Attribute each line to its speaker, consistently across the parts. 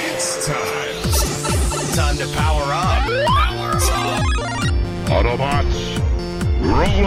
Speaker 1: It's time. Time to power up. Power up.
Speaker 2: Autobots, roll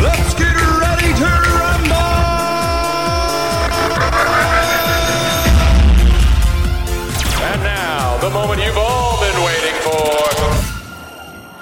Speaker 1: Let's get ready to rumble.
Speaker 3: And now, the moment you've all been waiting for.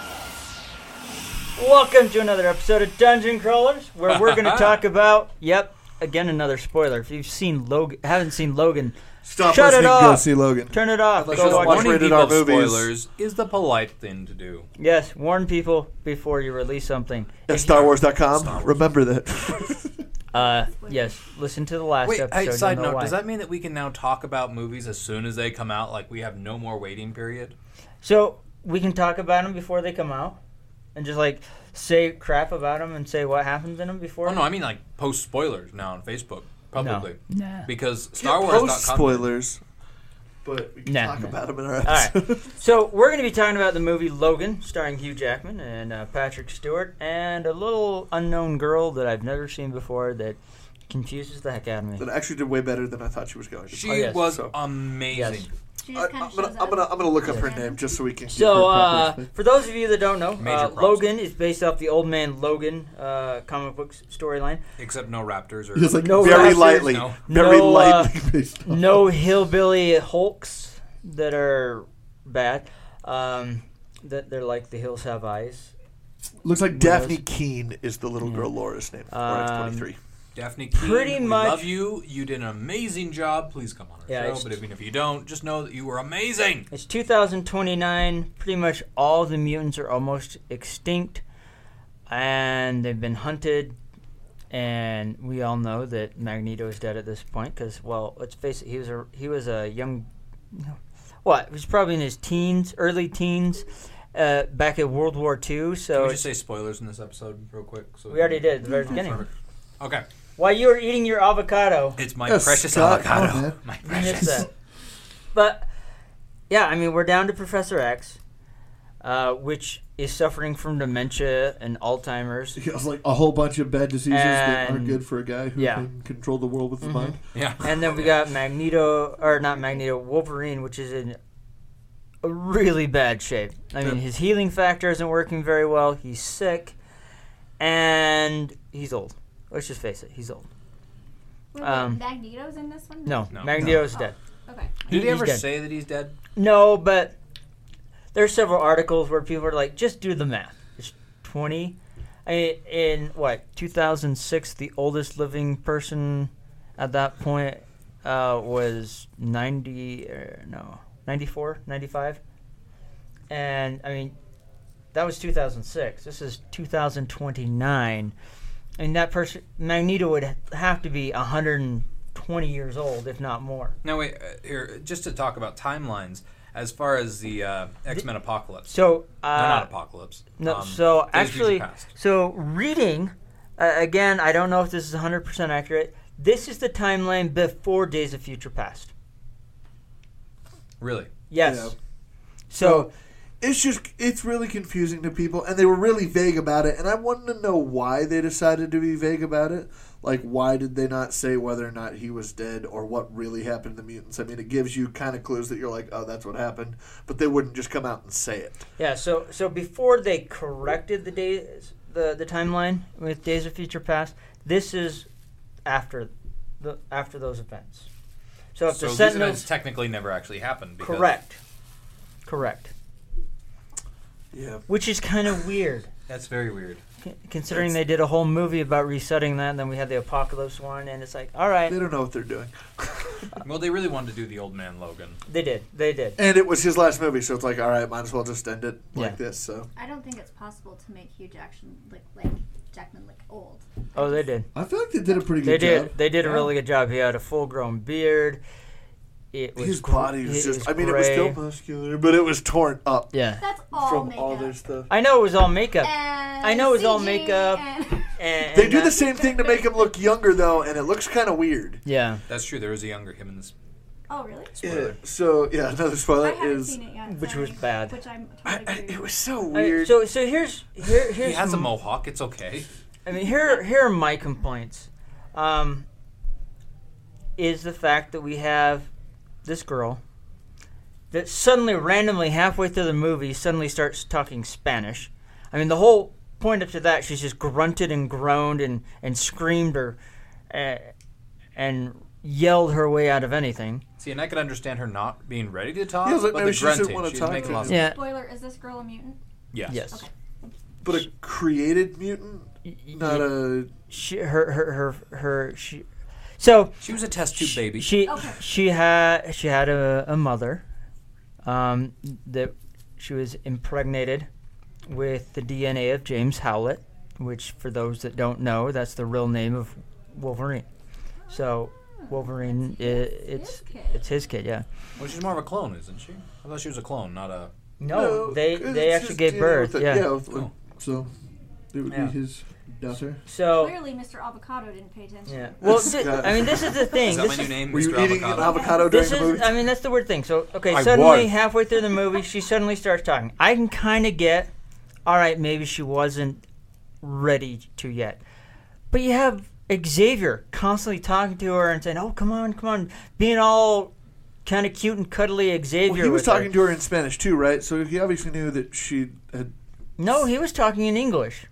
Speaker 4: Welcome to another episode of Dungeon Crawlers, where we're going to talk about. Yep, again another spoiler. If you've seen Logan, haven't seen Logan,
Speaker 5: Stop
Speaker 4: Shut it
Speaker 5: listening.
Speaker 4: off.
Speaker 5: Go see Logan.
Speaker 4: turn it off.
Speaker 6: Because
Speaker 4: Go watch
Speaker 6: warning
Speaker 4: it.
Speaker 5: rated
Speaker 6: people
Speaker 5: R
Speaker 6: of
Speaker 5: movies.
Speaker 6: spoilers is the polite thing to do.
Speaker 4: Yes, warn people before you release something.
Speaker 5: At StarWars.com. Remember that.
Speaker 4: Uh, yes, listen to the last
Speaker 6: Wait,
Speaker 4: episode.
Speaker 6: hey,
Speaker 4: you'll
Speaker 6: side
Speaker 4: know
Speaker 6: note,
Speaker 4: why.
Speaker 6: does that mean that we can now talk about movies as soon as they come out? Like we have no more waiting period?
Speaker 4: So we can talk about them before they come out, and just like say crap about them and say what happens in them before.
Speaker 6: Oh no, I mean like post spoilers now on Facebook publicly.
Speaker 7: Nah.
Speaker 6: Because Star Wars
Speaker 5: Post spoilers. But we can
Speaker 4: Nah,
Speaker 5: talk
Speaker 4: nah.
Speaker 5: about them in our
Speaker 4: All
Speaker 5: episode.
Speaker 4: right. So we're going to be talking about the movie Logan, starring Hugh Jackman and uh, Patrick Stewart, and a little unknown girl that I've never seen before that confuses the heck out of me.
Speaker 5: That actually did way better than I thought she was going to.
Speaker 6: She
Speaker 4: Oh, yes.
Speaker 6: was
Speaker 5: So-
Speaker 6: amazing.
Speaker 4: Yes.
Speaker 8: She
Speaker 5: I,
Speaker 8: just kind
Speaker 5: I'm
Speaker 8: of
Speaker 5: gonna, I'm gonna, I'm gonna look up her name just so we can. give her
Speaker 4: So, uh,
Speaker 5: proper-
Speaker 4: for those of you that don't know,
Speaker 6: Major
Speaker 4: uh,
Speaker 6: props.
Speaker 4: Logan is based off the Old Man Logan uh, comic book s- storyline.
Speaker 6: Except no Raptors or
Speaker 5: He was like
Speaker 4: no
Speaker 5: very
Speaker 4: raptors,
Speaker 5: lightly,
Speaker 6: no-
Speaker 5: very
Speaker 4: no, uh,
Speaker 5: lightly. based on-
Speaker 4: No hillbilly hulks that are bad. Um, that they're like the hills have eyes.
Speaker 5: Looks like Daphne Keene is the little girl Laura's name. Laura's
Speaker 4: Um,
Speaker 5: 23.
Speaker 6: Daphne Keene.
Speaker 4: Pretty
Speaker 6: we
Speaker 4: much-
Speaker 6: love you. You did an amazing job. Please come on our
Speaker 4: Yeah,
Speaker 6: show.
Speaker 4: it's-
Speaker 6: But even if you don't, just know that you were amazing.
Speaker 4: It's 2029. Pretty much all the mutants are almost extinct, and they've been hunted. And we all know that Magneto is dead at this point because, well, let's face it, he was a he was a young, what? He was probably in his teens, early teens, uh, back at World War II.
Speaker 6: Can
Speaker 4: So
Speaker 6: we just Hmm. say spoilers in this episode real quick? So
Speaker 4: we already did at the very beginning.
Speaker 6: Okay.
Speaker 4: While you were eating your avocado,
Speaker 6: It's my
Speaker 5: Yes,
Speaker 6: precious
Speaker 5: God,
Speaker 6: avocado.
Speaker 5: oh, man.
Speaker 6: my
Speaker 4: I missed
Speaker 6: precious.
Speaker 4: that. But yeah, I mean, we're down to Professor X, uh, which is suffering from dementia and Alzheimer's.
Speaker 5: He has like a whole bunch of bad diseases that aren't
Speaker 4: And-
Speaker 5: good for a guy who
Speaker 4: yeah. Mm-hmm.
Speaker 5: can control the world with the mind.
Speaker 6: Yeah.
Speaker 4: And then we got Magneto, or not Magneto, Wolverine, which is in a really bad shape. I mean, his healing factor isn't working very well. He's sick, and he's old. Let's just face it, he's old.
Speaker 8: Wait, wait,
Speaker 4: um,
Speaker 8: Magneto's in this one?
Speaker 4: No,
Speaker 6: No.
Speaker 4: Magneto's dead.
Speaker 8: Okay.
Speaker 6: Did he
Speaker 4: he's
Speaker 6: ever
Speaker 4: dead.
Speaker 6: say that he's dead?
Speaker 4: No, but there's several articles where people are like, just do the math. It's 20. I, in what 2006, the oldest living person at that point uh, was 90 or no 94, 95, and I mean that was 2006. This is 2029. And that person, Magneto, would have to be 120 years old, if not more.
Speaker 6: No, wait. Uh, here, just to talk about timelines, as far as the uh, X Men Apocalypse.
Speaker 4: So,
Speaker 6: no,
Speaker 4: uh,
Speaker 6: not Apocalypse.
Speaker 4: No,
Speaker 6: Um,
Speaker 4: so
Speaker 6: Days of Future
Speaker 4: actually,
Speaker 6: Past.
Speaker 4: so reading, uh, again, I don't know if this is 100% accurate. This is the timeline before Days of Future Past.
Speaker 6: Really?
Speaker 4: Yes.
Speaker 5: Yeah.
Speaker 4: So,
Speaker 5: It's just it's really confusing to people, and they were really vague about it. And I wanted to know why they decided to be vague about it. Like, why did they not say whether or not he was dead or what really happened to mutants? I mean, it gives you kind of clues that you're like, oh, that's what happened, but they wouldn't just come out and say it.
Speaker 4: yeah, so so before they corrected the days the, the timeline with Days of Future Past, this is after the after those events. So if
Speaker 6: So
Speaker 4: the
Speaker 6: these
Speaker 4: Sentinels
Speaker 6: events technically never actually happened. Because
Speaker 4: correct. Correct.
Speaker 5: Yeah,
Speaker 4: Which is kind of weird.
Speaker 6: That's very weird.
Speaker 4: Con- Considering they did a whole movie about resetting that, and then we had the apocalypse one, and it's like, all right,
Speaker 5: they don't know what they're doing.
Speaker 6: Well, they really wanted to do the old man Logan.
Speaker 4: They did. They did.
Speaker 5: And it was his last movie, so it's like, all right, might as well just end it like
Speaker 4: Yeah.
Speaker 5: this. So
Speaker 7: I don't think it's possible to make Hugh Jackman look like Jackman look old.
Speaker 4: Oh, they did.
Speaker 5: I feel like they did a pretty
Speaker 4: They
Speaker 5: good
Speaker 4: did.
Speaker 5: job.
Speaker 4: They did a really good job. He had a full-grown beard. It was
Speaker 5: His
Speaker 4: gr-
Speaker 5: body was
Speaker 4: it
Speaker 5: just. I mean, it was still
Speaker 4: gray.
Speaker 5: muscular, but it was torn up
Speaker 4: Yeah.
Speaker 7: That's all
Speaker 5: from
Speaker 7: makeup.
Speaker 5: all their stuff.
Speaker 4: I know it was all makeup.
Speaker 7: And
Speaker 4: I know it was all
Speaker 7: CG
Speaker 4: makeup.
Speaker 7: and-
Speaker 4: and-
Speaker 5: They
Speaker 4: and
Speaker 5: do the
Speaker 4: that-
Speaker 5: same thing to make him look younger, though, and it looks kind of weird.
Speaker 4: Yeah.
Speaker 6: That's true. There was a younger him in this.
Speaker 7: oh, really?
Speaker 5: Yeah, so yeah, another
Speaker 7: I
Speaker 5: spoiler
Speaker 7: haven't
Speaker 5: is
Speaker 7: seen it yet.
Speaker 4: which
Speaker 7: sorry.
Speaker 4: was bad.
Speaker 7: Which I'm
Speaker 5: I,
Speaker 7: totally
Speaker 5: I,
Speaker 7: agree
Speaker 5: it
Speaker 7: with.
Speaker 5: was so
Speaker 4: I mean,
Speaker 5: weird.
Speaker 4: so so here's here here's
Speaker 6: He has a
Speaker 4: m-
Speaker 6: mohawk. It's okay.
Speaker 4: I mean here here are my complaints. Um, is the fact that we have this girl that suddenly randomly halfway through the movie suddenly starts talking Spanish. I mean the whole point up to that she's just grunted and groaned and and screamed or uh, and yelled her way out of anything.
Speaker 6: See, and I could understand her not being ready to talk,
Speaker 5: Yeah, like,
Speaker 6: but
Speaker 5: maybe
Speaker 6: the
Speaker 5: she just didn't
Speaker 6: grunting,
Speaker 5: wanna
Speaker 6: she's
Speaker 5: talk
Speaker 6: making
Speaker 5: to
Speaker 6: a lot of
Speaker 4: Yeah.
Speaker 7: Spoiler: Is this girl a mutant?
Speaker 6: yes.
Speaker 4: Yes.
Speaker 5: but a created mutant, not a.
Speaker 4: She her her her, her she so
Speaker 6: She was a test tube baby.
Speaker 4: She
Speaker 7: Okay.
Speaker 4: she had she had a, a mother, um, that she was impregnated with the DNA of James Howlett, which for those that don't know, that's the real name of Wolverine. So Wolverine, i it's
Speaker 7: kid.
Speaker 4: it's his kid, yeah.
Speaker 6: well, she's more of a clone, isn't she? I thought she was a clone, not a.
Speaker 4: No, they
Speaker 5: 'cause
Speaker 4: they
Speaker 5: it's
Speaker 4: actually
Speaker 5: just
Speaker 4: gave
Speaker 5: dealing
Speaker 4: birth,
Speaker 5: with it.
Speaker 4: yeah.
Speaker 5: with-
Speaker 6: Oh.
Speaker 5: So it would
Speaker 6: Yeah.
Speaker 5: be his daughter.
Speaker 4: So
Speaker 7: Clearly, Mr. Avocado didn't pay attention.
Speaker 4: yeah, well, thi-
Speaker 5: God.
Speaker 4: I mean, this is the thing.
Speaker 6: Is that
Speaker 4: This
Speaker 6: my
Speaker 4: is-
Speaker 6: new name,
Speaker 5: Were
Speaker 6: Mr.
Speaker 5: you eating an
Speaker 6: Avocado?
Speaker 5: avocado during
Speaker 4: This
Speaker 5: the
Speaker 4: is,
Speaker 5: movie?
Speaker 4: I mean, that's the weird thing. So, okay,
Speaker 6: I
Speaker 4: suddenly
Speaker 6: was.
Speaker 4: halfway through the movie, she suddenly starts talking. I can kind of get, all right, maybe she wasn't ready to yet. But you have Xavier constantly talking to her and saying, oh, come on, come on, being all kind of cute and cuddly Xavier.
Speaker 5: Well, he was
Speaker 4: with her.
Speaker 5: talking to her in Spanish too, right? So he obviously knew that she had.
Speaker 4: No, he was talking in English.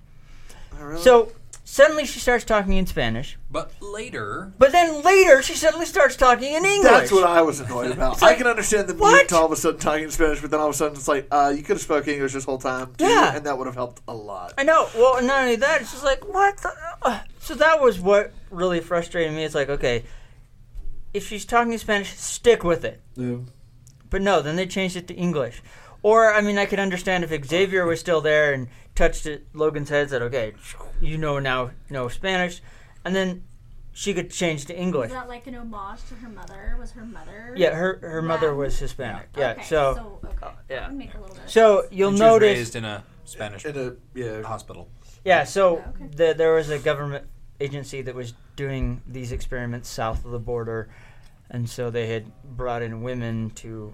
Speaker 5: Oh, really?
Speaker 4: So suddenly she starts talking in Spanish.
Speaker 6: But later,
Speaker 4: But then later, she suddenly starts talking in English.
Speaker 5: That's what I was annoyed about. I can understand the
Speaker 4: What?
Speaker 5: mutant all of a sudden talking in Spanish, but then all of a sudden it's like, uh, you could have spoken English this whole time, too,
Speaker 4: Yeah.
Speaker 5: and that would have helped a lot.
Speaker 4: I know. Well, not only that, it's just like what. The, uh, so that was what really frustrated me. It's like okay, if she's talking Spanish, stick with it.
Speaker 5: Yeah.
Speaker 4: But no, then they changed it to English. Or I mean, I could understand if Xavier was still there and touched it, Logan's head, said, "Okay, you know now, know Spanish," and then she could change to English.
Speaker 7: Is that like an homage to her mother? Was her mother?
Speaker 4: Yeah, her her mother
Speaker 7: Latin?
Speaker 4: was Hispanic. Yeah,
Speaker 7: Okay,
Speaker 4: so uh,
Speaker 7: okay.
Speaker 4: yeah.
Speaker 7: That would make a little bit of
Speaker 4: so you'll
Speaker 6: and she was
Speaker 4: notice
Speaker 6: raised in a Spanish
Speaker 5: In a, yeah.
Speaker 6: hospital.
Speaker 4: Yeah, so
Speaker 7: okay.
Speaker 4: the, there was a government agency that was doing these experiments south of the border, and so they had brought in women to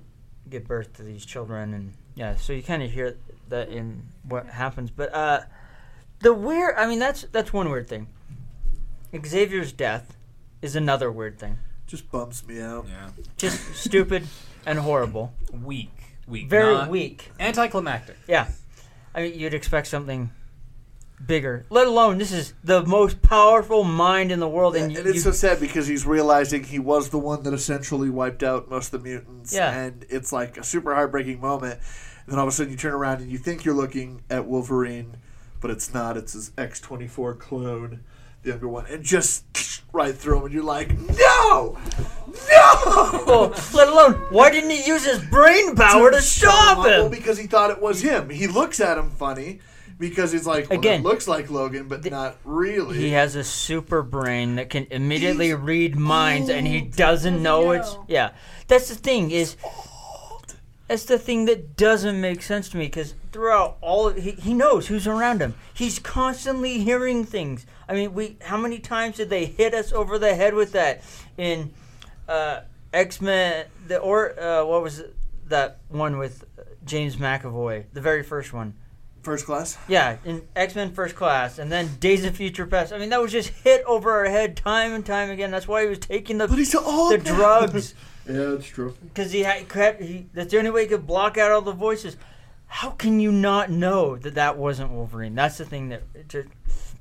Speaker 4: give birth to these children, and yeah, so you kind of hear that in what happens. But uh, the weird, I mean, that's that's one weird thing. Xavier's death is another weird thing.
Speaker 5: Just bums me out.
Speaker 6: Yeah.
Speaker 4: Just stupid and horrible.
Speaker 6: Weak. Weak.
Speaker 4: Very
Speaker 6: not-
Speaker 4: weak.
Speaker 6: Anticlimactic.
Speaker 4: Yeah. I mean, you'd expect something bigger. Let alone this is the most powerful mind in the world, and,
Speaker 5: and,
Speaker 4: you,
Speaker 5: it's so
Speaker 4: you-
Speaker 5: sad because he's realizing he was the one that essentially wiped out most of the mutants.
Speaker 4: Yeah.
Speaker 5: And it's like a super heartbreaking moment. And then all of a sudden you turn around and you think you're looking at Wolverine, but it's not. It's his X24 clone, the younger one. And just right through him. And you're like, no! No!
Speaker 4: Well, let alone why didn't he use his brain power to stop
Speaker 5: Well,
Speaker 4: him?
Speaker 5: because he thought it was him. He looks at him funny because he's like, well,
Speaker 4: Again,
Speaker 5: that looks like Logan, but not really.
Speaker 4: He has a super brain that can immediately read minds, and he doesn't know it's
Speaker 7: know.
Speaker 4: yeah. That's the thing is. That's the thing that doesn't make sense to me because throughout all of, he, he knows who's around him. He's constantly hearing things. I mean, we how many times did they hit us over the head with that in uh, X Men? The or uh, what was it? that one with uh, James McAvoy, the very first one?
Speaker 5: First class?
Speaker 4: Yeah, in X Men First Class, and then Days of Future Past. I mean, that was just hit over our head time and time again. That's why he was taking the
Speaker 5: But he's so old
Speaker 4: the
Speaker 5: now.
Speaker 4: drugs
Speaker 5: Yeah, it's true.
Speaker 4: because he had kept. He, that's the only way he could block out all the voices. How can you not know that that wasn't Wolverine? That's the thing that it just,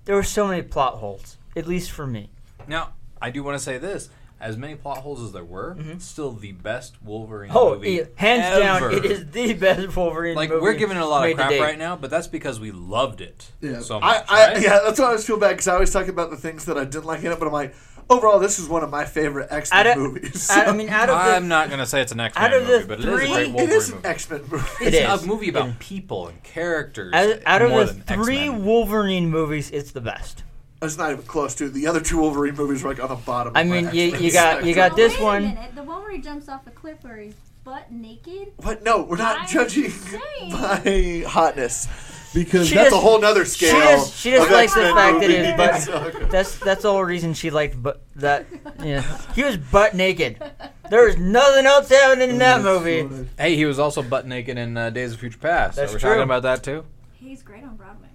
Speaker 4: there were so many plot holes, at least for me.
Speaker 6: Now, I do want to say this. As many plot holes as there were, still the best Wolverine
Speaker 4: Mm-hmm. Oh,
Speaker 6: movie
Speaker 4: yeah, hands down,
Speaker 6: ever.
Speaker 4: it is the best Wolverine.
Speaker 6: Like
Speaker 4: movie
Speaker 6: we're giving it a lot
Speaker 4: made
Speaker 6: of
Speaker 4: to
Speaker 6: crap
Speaker 4: date.
Speaker 6: right now, but that's because we loved it
Speaker 5: Yeah.
Speaker 6: so
Speaker 5: I,
Speaker 6: much.
Speaker 5: I,
Speaker 6: right?
Speaker 5: Yeah, that's why I always feel bad because I always talk about the things that I didn't like in it, but I'm like, Overall, this is one of my favorite X
Speaker 4: Out
Speaker 5: Men
Speaker 4: of-
Speaker 5: movies.
Speaker 4: out- I mean, out of the,
Speaker 6: I'm not going to say it's an X
Speaker 4: out
Speaker 6: Men
Speaker 4: of the
Speaker 6: movie, but it is a
Speaker 4: three-
Speaker 6: great
Speaker 4: It
Speaker 6: Wolverine
Speaker 5: it is an
Speaker 6: movie.
Speaker 5: X Men movie.
Speaker 4: It
Speaker 6: it's
Speaker 4: is.
Speaker 6: a movie about people and characters.
Speaker 4: out, out
Speaker 6: more
Speaker 4: of
Speaker 6: than
Speaker 4: the 3
Speaker 6: X-Men.
Speaker 4: Wolverine movies, it's the best.
Speaker 5: It's not even close to the other two Wolverine movies. Were like on the bottom.
Speaker 4: I
Speaker 5: of my
Speaker 4: mean, you,
Speaker 5: X-Men
Speaker 4: you got you
Speaker 5: spectrum.
Speaker 4: got
Speaker 7: Oh,
Speaker 4: this
Speaker 7: wait A
Speaker 4: one.
Speaker 7: minute. The one where he jumps off a cliff where he's butt naked.
Speaker 5: But no, we're not
Speaker 7: I'm
Speaker 5: judging
Speaker 7: saying.
Speaker 5: by hotness because
Speaker 4: She
Speaker 5: that's
Speaker 4: just-
Speaker 5: a whole nother
Speaker 4: she
Speaker 5: scale.
Speaker 4: just- she just
Speaker 5: of
Speaker 4: likes the
Speaker 5: X-Men
Speaker 4: fact that his
Speaker 5: movies.
Speaker 4: That's that's the whole reason she liked but that. Yeah, he was butt naked. There was nothing else happening in that movie.
Speaker 6: Hey, he was also butt naked in uh, Days of Future Past.
Speaker 4: That's
Speaker 6: Are we
Speaker 4: true.
Speaker 6: talking about that too?
Speaker 7: He's great on Broadway.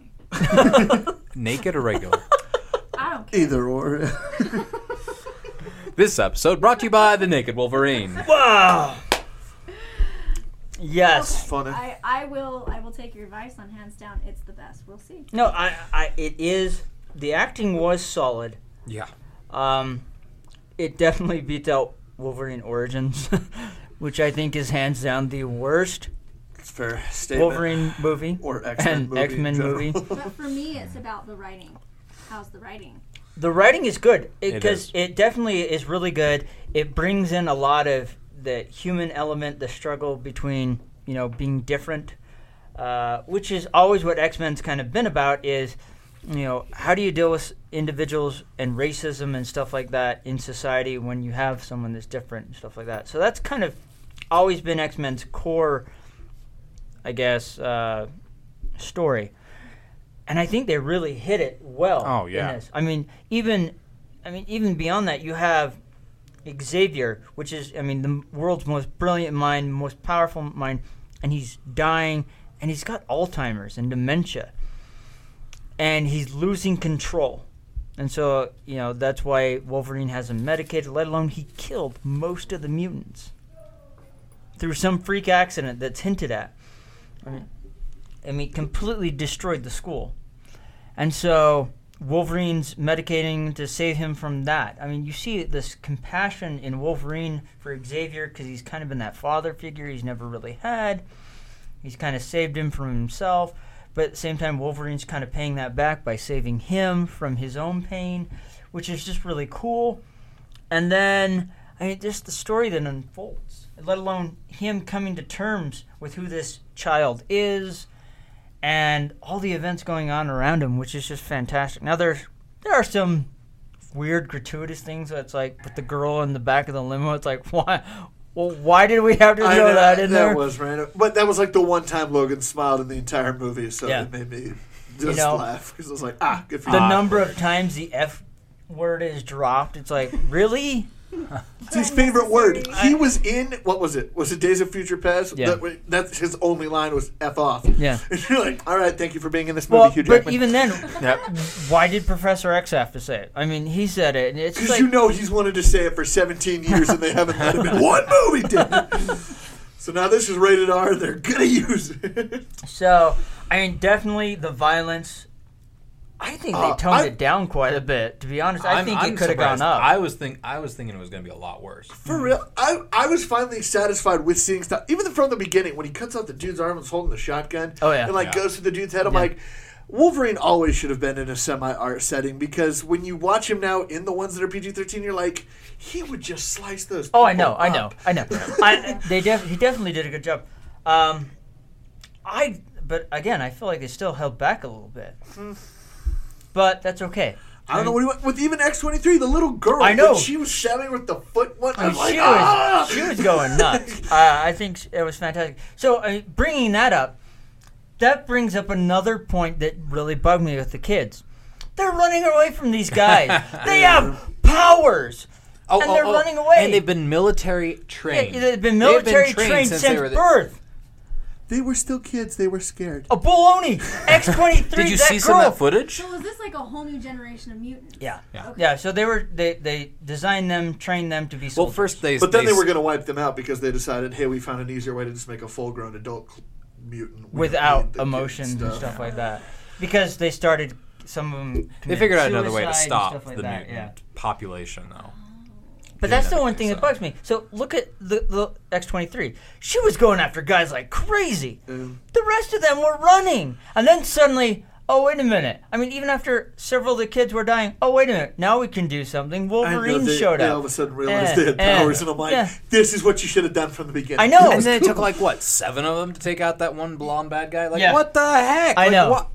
Speaker 6: Naked or regular?
Speaker 7: I don't care.
Speaker 5: Either or.
Speaker 6: this episode brought to you by the Naked Wolverine.
Speaker 4: Wow. Yes.
Speaker 5: Funny.
Speaker 7: I, I will I will take your advice on hands down. It's the best. We'll see.
Speaker 4: No, I, I it is the acting was solid.
Speaker 6: Yeah.
Speaker 4: Um, it definitely beats out Wolverine Origins, which I think is hands down the worst
Speaker 5: It's a fair statement.
Speaker 4: Wolverine movie
Speaker 5: or X-Men
Speaker 4: and
Speaker 5: movie.
Speaker 4: X Men
Speaker 5: in general.
Speaker 4: movie.
Speaker 7: But for me, it's about the writing. How's the writing?
Speaker 4: The writing is good
Speaker 6: It
Speaker 4: because
Speaker 6: is.
Speaker 4: it, definitely is really good. It brings in a lot of the human element, the struggle between you know being different, uh, which is always what X Men's kind of been about. Is you know how do you deal with individuals and racism and stuff like that in society when you have someone that's different and stuff like that. So that's kind of always been X Men's core, I guess, uh, story. And I think they really hit it well.
Speaker 6: Oh,
Speaker 4: in
Speaker 6: yeah.
Speaker 4: this. I mean, even, I mean, even beyond that, you have Xavier, which is, I mean, the world's most brilliant mind, most powerful mind, and he's dying, and he's got Alzheimer's and dementia, and he's losing control. And so, you know, that's why Wolverine has him medicated, let alone he killed most of the mutants through some freak accident that's hinted at. I mean, I mean, completely destroyed the school. And so Wolverine's medicating to save him from that. I mean, you see this compassion in Wolverine for Xavier because he's kind of been that father figure he's never really had. He's kind of saved him from himself. But at the same time, Wolverine's kind of paying that back by saving him from his own pain, which is just really cool. And then, I mean, just the story that unfolds, let alone him coming to terms with who this child is and all the events going on around him, which is just fantastic. Now, there's, there are some weird, gratuitous things that's like with the girl in the back of the limo. It's like, why? Well, why did we have to throw
Speaker 5: I know,
Speaker 4: that in
Speaker 5: that
Speaker 4: there?
Speaker 5: was random, but that was like the one time Logan smiled in the entire movie, so
Speaker 4: Yeah.
Speaker 5: it made me just laugh 'cause
Speaker 4: know,
Speaker 5: laugh because I was like, ah, good for
Speaker 4: the
Speaker 5: you.
Speaker 4: number of times the F word is dropped, it's like, really?
Speaker 5: It's his favorite word. He was in what was it? Was it Days of Future Past?
Speaker 4: Yeah.
Speaker 5: That, that's his only line was "f off."
Speaker 4: Yeah.
Speaker 5: And you're like, all right, thank you for being in this movie,
Speaker 4: Well,
Speaker 5: Hugh
Speaker 4: but
Speaker 5: Jackman.
Speaker 4: even then,
Speaker 6: Yep.
Speaker 4: why did Professor X have to say it? I mean, he said it, and it's
Speaker 5: because
Speaker 4: like,
Speaker 5: you know he's wanted to say it for 17 years and they haven't let him in one movie, David. so now this is rated R. They're gonna use it.
Speaker 4: so. I mean, definitely the violence. I think they
Speaker 5: Uh,
Speaker 4: toned
Speaker 5: I-
Speaker 4: it down quite a bit. To be honest, I
Speaker 6: I'm-
Speaker 4: think
Speaker 6: I'm
Speaker 4: it could have
Speaker 6: surprised.
Speaker 4: gone up.
Speaker 6: I was think I was thinking it was going to be a lot worse.
Speaker 4: Mm.
Speaker 5: For real, I, I was finally satisfied with seeing stuff. Even from the beginning, when he cuts out the dude's arm and is holding the shotgun,
Speaker 4: Oh, yeah.
Speaker 5: and like
Speaker 6: Yeah.
Speaker 5: goes through the dude's head, I'm like, Wolverine always should have been in a semi art setting because when you watch him now in the ones that are PG 13, you're like, he would just slice those.
Speaker 4: Oh, I
Speaker 5: people
Speaker 4: know, I know,
Speaker 5: up.
Speaker 4: I know. I, they def- he definitely did a good job. Um, I but again, I feel like they still held back a little bit.
Speaker 5: Mm.
Speaker 4: But that's okay.
Speaker 5: I don't know what he went with. Even X twenty three, the little girl.
Speaker 4: I know.
Speaker 5: when she was shouting with the foot. One, I'm
Speaker 4: she
Speaker 5: like,
Speaker 4: was
Speaker 5: ah!
Speaker 4: she was going nuts. uh, I think sh- it was fantastic. So I mean, bringing that up, that brings up another point that really bugged me with the kids. They're running away from these guys. they have powers.
Speaker 6: Oh,
Speaker 4: And they're running away.
Speaker 6: And they've been military trained.
Speaker 4: They've been military trained, since,
Speaker 6: they were the-
Speaker 4: birth.
Speaker 5: They were still kids. They were scared.
Speaker 4: A baloney. X twenty three.
Speaker 6: Did you
Speaker 4: that
Speaker 6: see
Speaker 4: girl.
Speaker 6: some of that footage?
Speaker 7: So is this like a whole new generation of mutants?
Speaker 4: Yeah.
Speaker 6: Yeah.
Speaker 4: Yeah, so they were they they designed them, trained them to be
Speaker 6: Well,
Speaker 4: soldiers.
Speaker 6: first they
Speaker 5: But then they
Speaker 6: s-
Speaker 5: were going to wipe them out because they decided, hey, we found an easier way to just make a full grown adult cl- mutant we don't need
Speaker 4: without
Speaker 5: the kid
Speaker 4: emotions and stuff like that, because they started some of them.
Speaker 6: they figured out another way to
Speaker 4: stuff
Speaker 6: stop
Speaker 4: like
Speaker 6: the
Speaker 4: that,
Speaker 6: mutant
Speaker 4: Yeah.
Speaker 6: population though.
Speaker 4: But that's the
Speaker 6: another
Speaker 4: one
Speaker 6: way,
Speaker 4: thing
Speaker 6: so.
Speaker 4: that bugs me. So look at the the X twenty three. She was going after guys like crazy. The rest of them were running, and then suddenly. oh wait a minute. I mean, even after several of the kids were dying, oh wait a minute, now we can do something. Wolverine
Speaker 5: they,
Speaker 4: showed
Speaker 5: they
Speaker 4: up.
Speaker 5: all of a sudden realized
Speaker 4: Eh,
Speaker 5: they had
Speaker 4: eh,
Speaker 5: powers, and I'm like,
Speaker 4: yeah.
Speaker 5: this is what you should have done from the beginning.
Speaker 4: I know.
Speaker 5: That
Speaker 6: And
Speaker 5: was
Speaker 6: then it took
Speaker 5: cool.
Speaker 6: like what seven of them to take out that one blonde bad guy. Like
Speaker 4: Yeah.
Speaker 6: what the heck?
Speaker 4: I
Speaker 6: Like,
Speaker 4: know.
Speaker 6: what-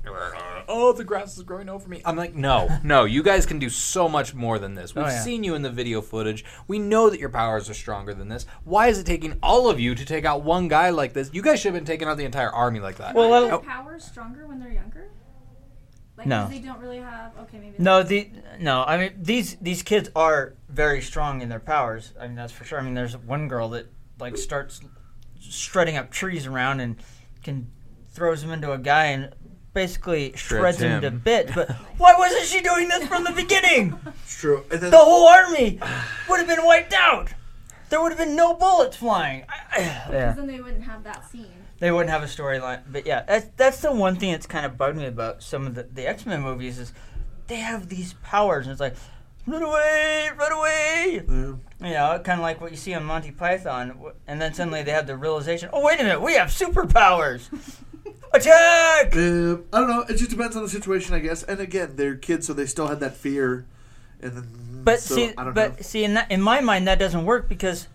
Speaker 6: Oh, the grass is growing over me. I'm like, no, no. You guys can do so much more than this. We've
Speaker 4: Oh, yeah.
Speaker 6: seen you in the video footage. We know that your powers are stronger than this. Why is it taking all of you to take out one guy like this? You guys should have been taking out the entire army like that.
Speaker 4: Well,
Speaker 8: Their
Speaker 4: well,
Speaker 8: powers stronger when they're younger. Like,
Speaker 4: No.
Speaker 8: 'cause They don't really have. Okay, maybe. they-
Speaker 4: no, the no. I mean, these these kids are very strong in their powers. I mean, that's for sure. I mean, there's one girl that like starts strutting up trees around and can throws them into a guy and basically shreds him. to
Speaker 6: him.
Speaker 4: bits. But why wasn't she doing this from the beginning?
Speaker 5: It's true. And then
Speaker 4: The whole army would have been wiped out. There would have been no bullets flying. I- I- yeah.
Speaker 7: Then they wouldn't have that scene.
Speaker 4: They wouldn't have a storyline. But yeah, that's that's the one thing that's kind of bugged me about some of the, the X Men movies is they have these powers and it's like run away, run away. You know, kind of like what you see on Monty Python, wh- and then suddenly they have the realization: oh wait a minute, we have superpowers. Attack!
Speaker 5: Um, I don't know. It just depends on the situation, I guess. And again, they're kids, so they still had that fear. And then,
Speaker 4: But
Speaker 5: so,
Speaker 4: see,
Speaker 5: I don't
Speaker 4: but
Speaker 5: know.
Speaker 4: see, in, that, in my mind, that doesn't work because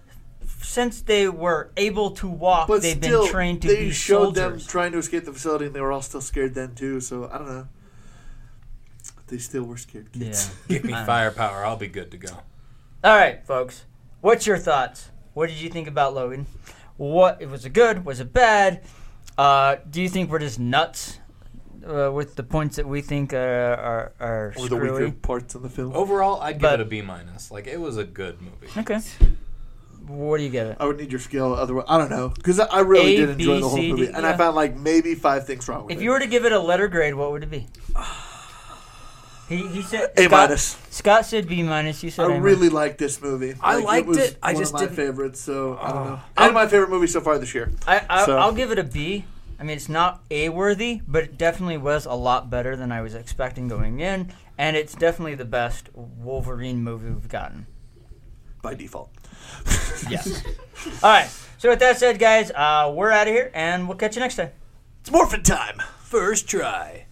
Speaker 4: since they were able to walk,
Speaker 5: But
Speaker 4: they've
Speaker 5: still,
Speaker 4: been trained to
Speaker 5: they
Speaker 4: be
Speaker 5: showed
Speaker 4: soldiers.
Speaker 5: them trying to escape the facility, and they were all still scared then too. So I don't know. They still were scared kids.
Speaker 6: Give me firepower. I'll be good to go.
Speaker 4: All right, folks. What's your thoughts? What did you think about Logan? What was it good? Was it bad? Uh, do you think we're just nuts uh, with the points that we think are are, are
Speaker 5: Or the weaker
Speaker 4: screwy?
Speaker 5: parts of the film.
Speaker 6: Overall, I'd give
Speaker 4: But-
Speaker 6: it a B minus. Like it was a good movie.
Speaker 4: Okay. What do you give it?
Speaker 5: I would need your skill. Otherwise, I don't know because I, I really
Speaker 4: A,
Speaker 5: did enjoy
Speaker 4: B,
Speaker 5: the whole
Speaker 4: C, D,
Speaker 5: movie, and I
Speaker 4: yeah.
Speaker 5: found like maybe five things wrong with
Speaker 4: If
Speaker 5: it.
Speaker 4: you were to give it a letter grade, what would it be? He, he said
Speaker 5: A
Speaker 4: Scott-
Speaker 5: minus.
Speaker 4: Scott said B minus. You said
Speaker 5: I
Speaker 4: A minus.
Speaker 5: really liked this movie.
Speaker 6: I liked
Speaker 5: was
Speaker 6: it, I
Speaker 5: one
Speaker 6: just
Speaker 5: of my
Speaker 6: didn't-
Speaker 5: favorites. So I
Speaker 4: Oh.
Speaker 5: don't know. And my favorite movie so far this year.
Speaker 4: I, I,
Speaker 5: So-
Speaker 4: I'll give it a B. I mean, it's not A worthy, but it definitely was a lot better than I was expecting going in, and it's definitely the best Wolverine movie we've gotten.
Speaker 5: by default.
Speaker 4: Yes. All right. So with that said, guys, uh, we're out of here, and we'll catch you next time.
Speaker 5: It's morphin' time.
Speaker 6: First try.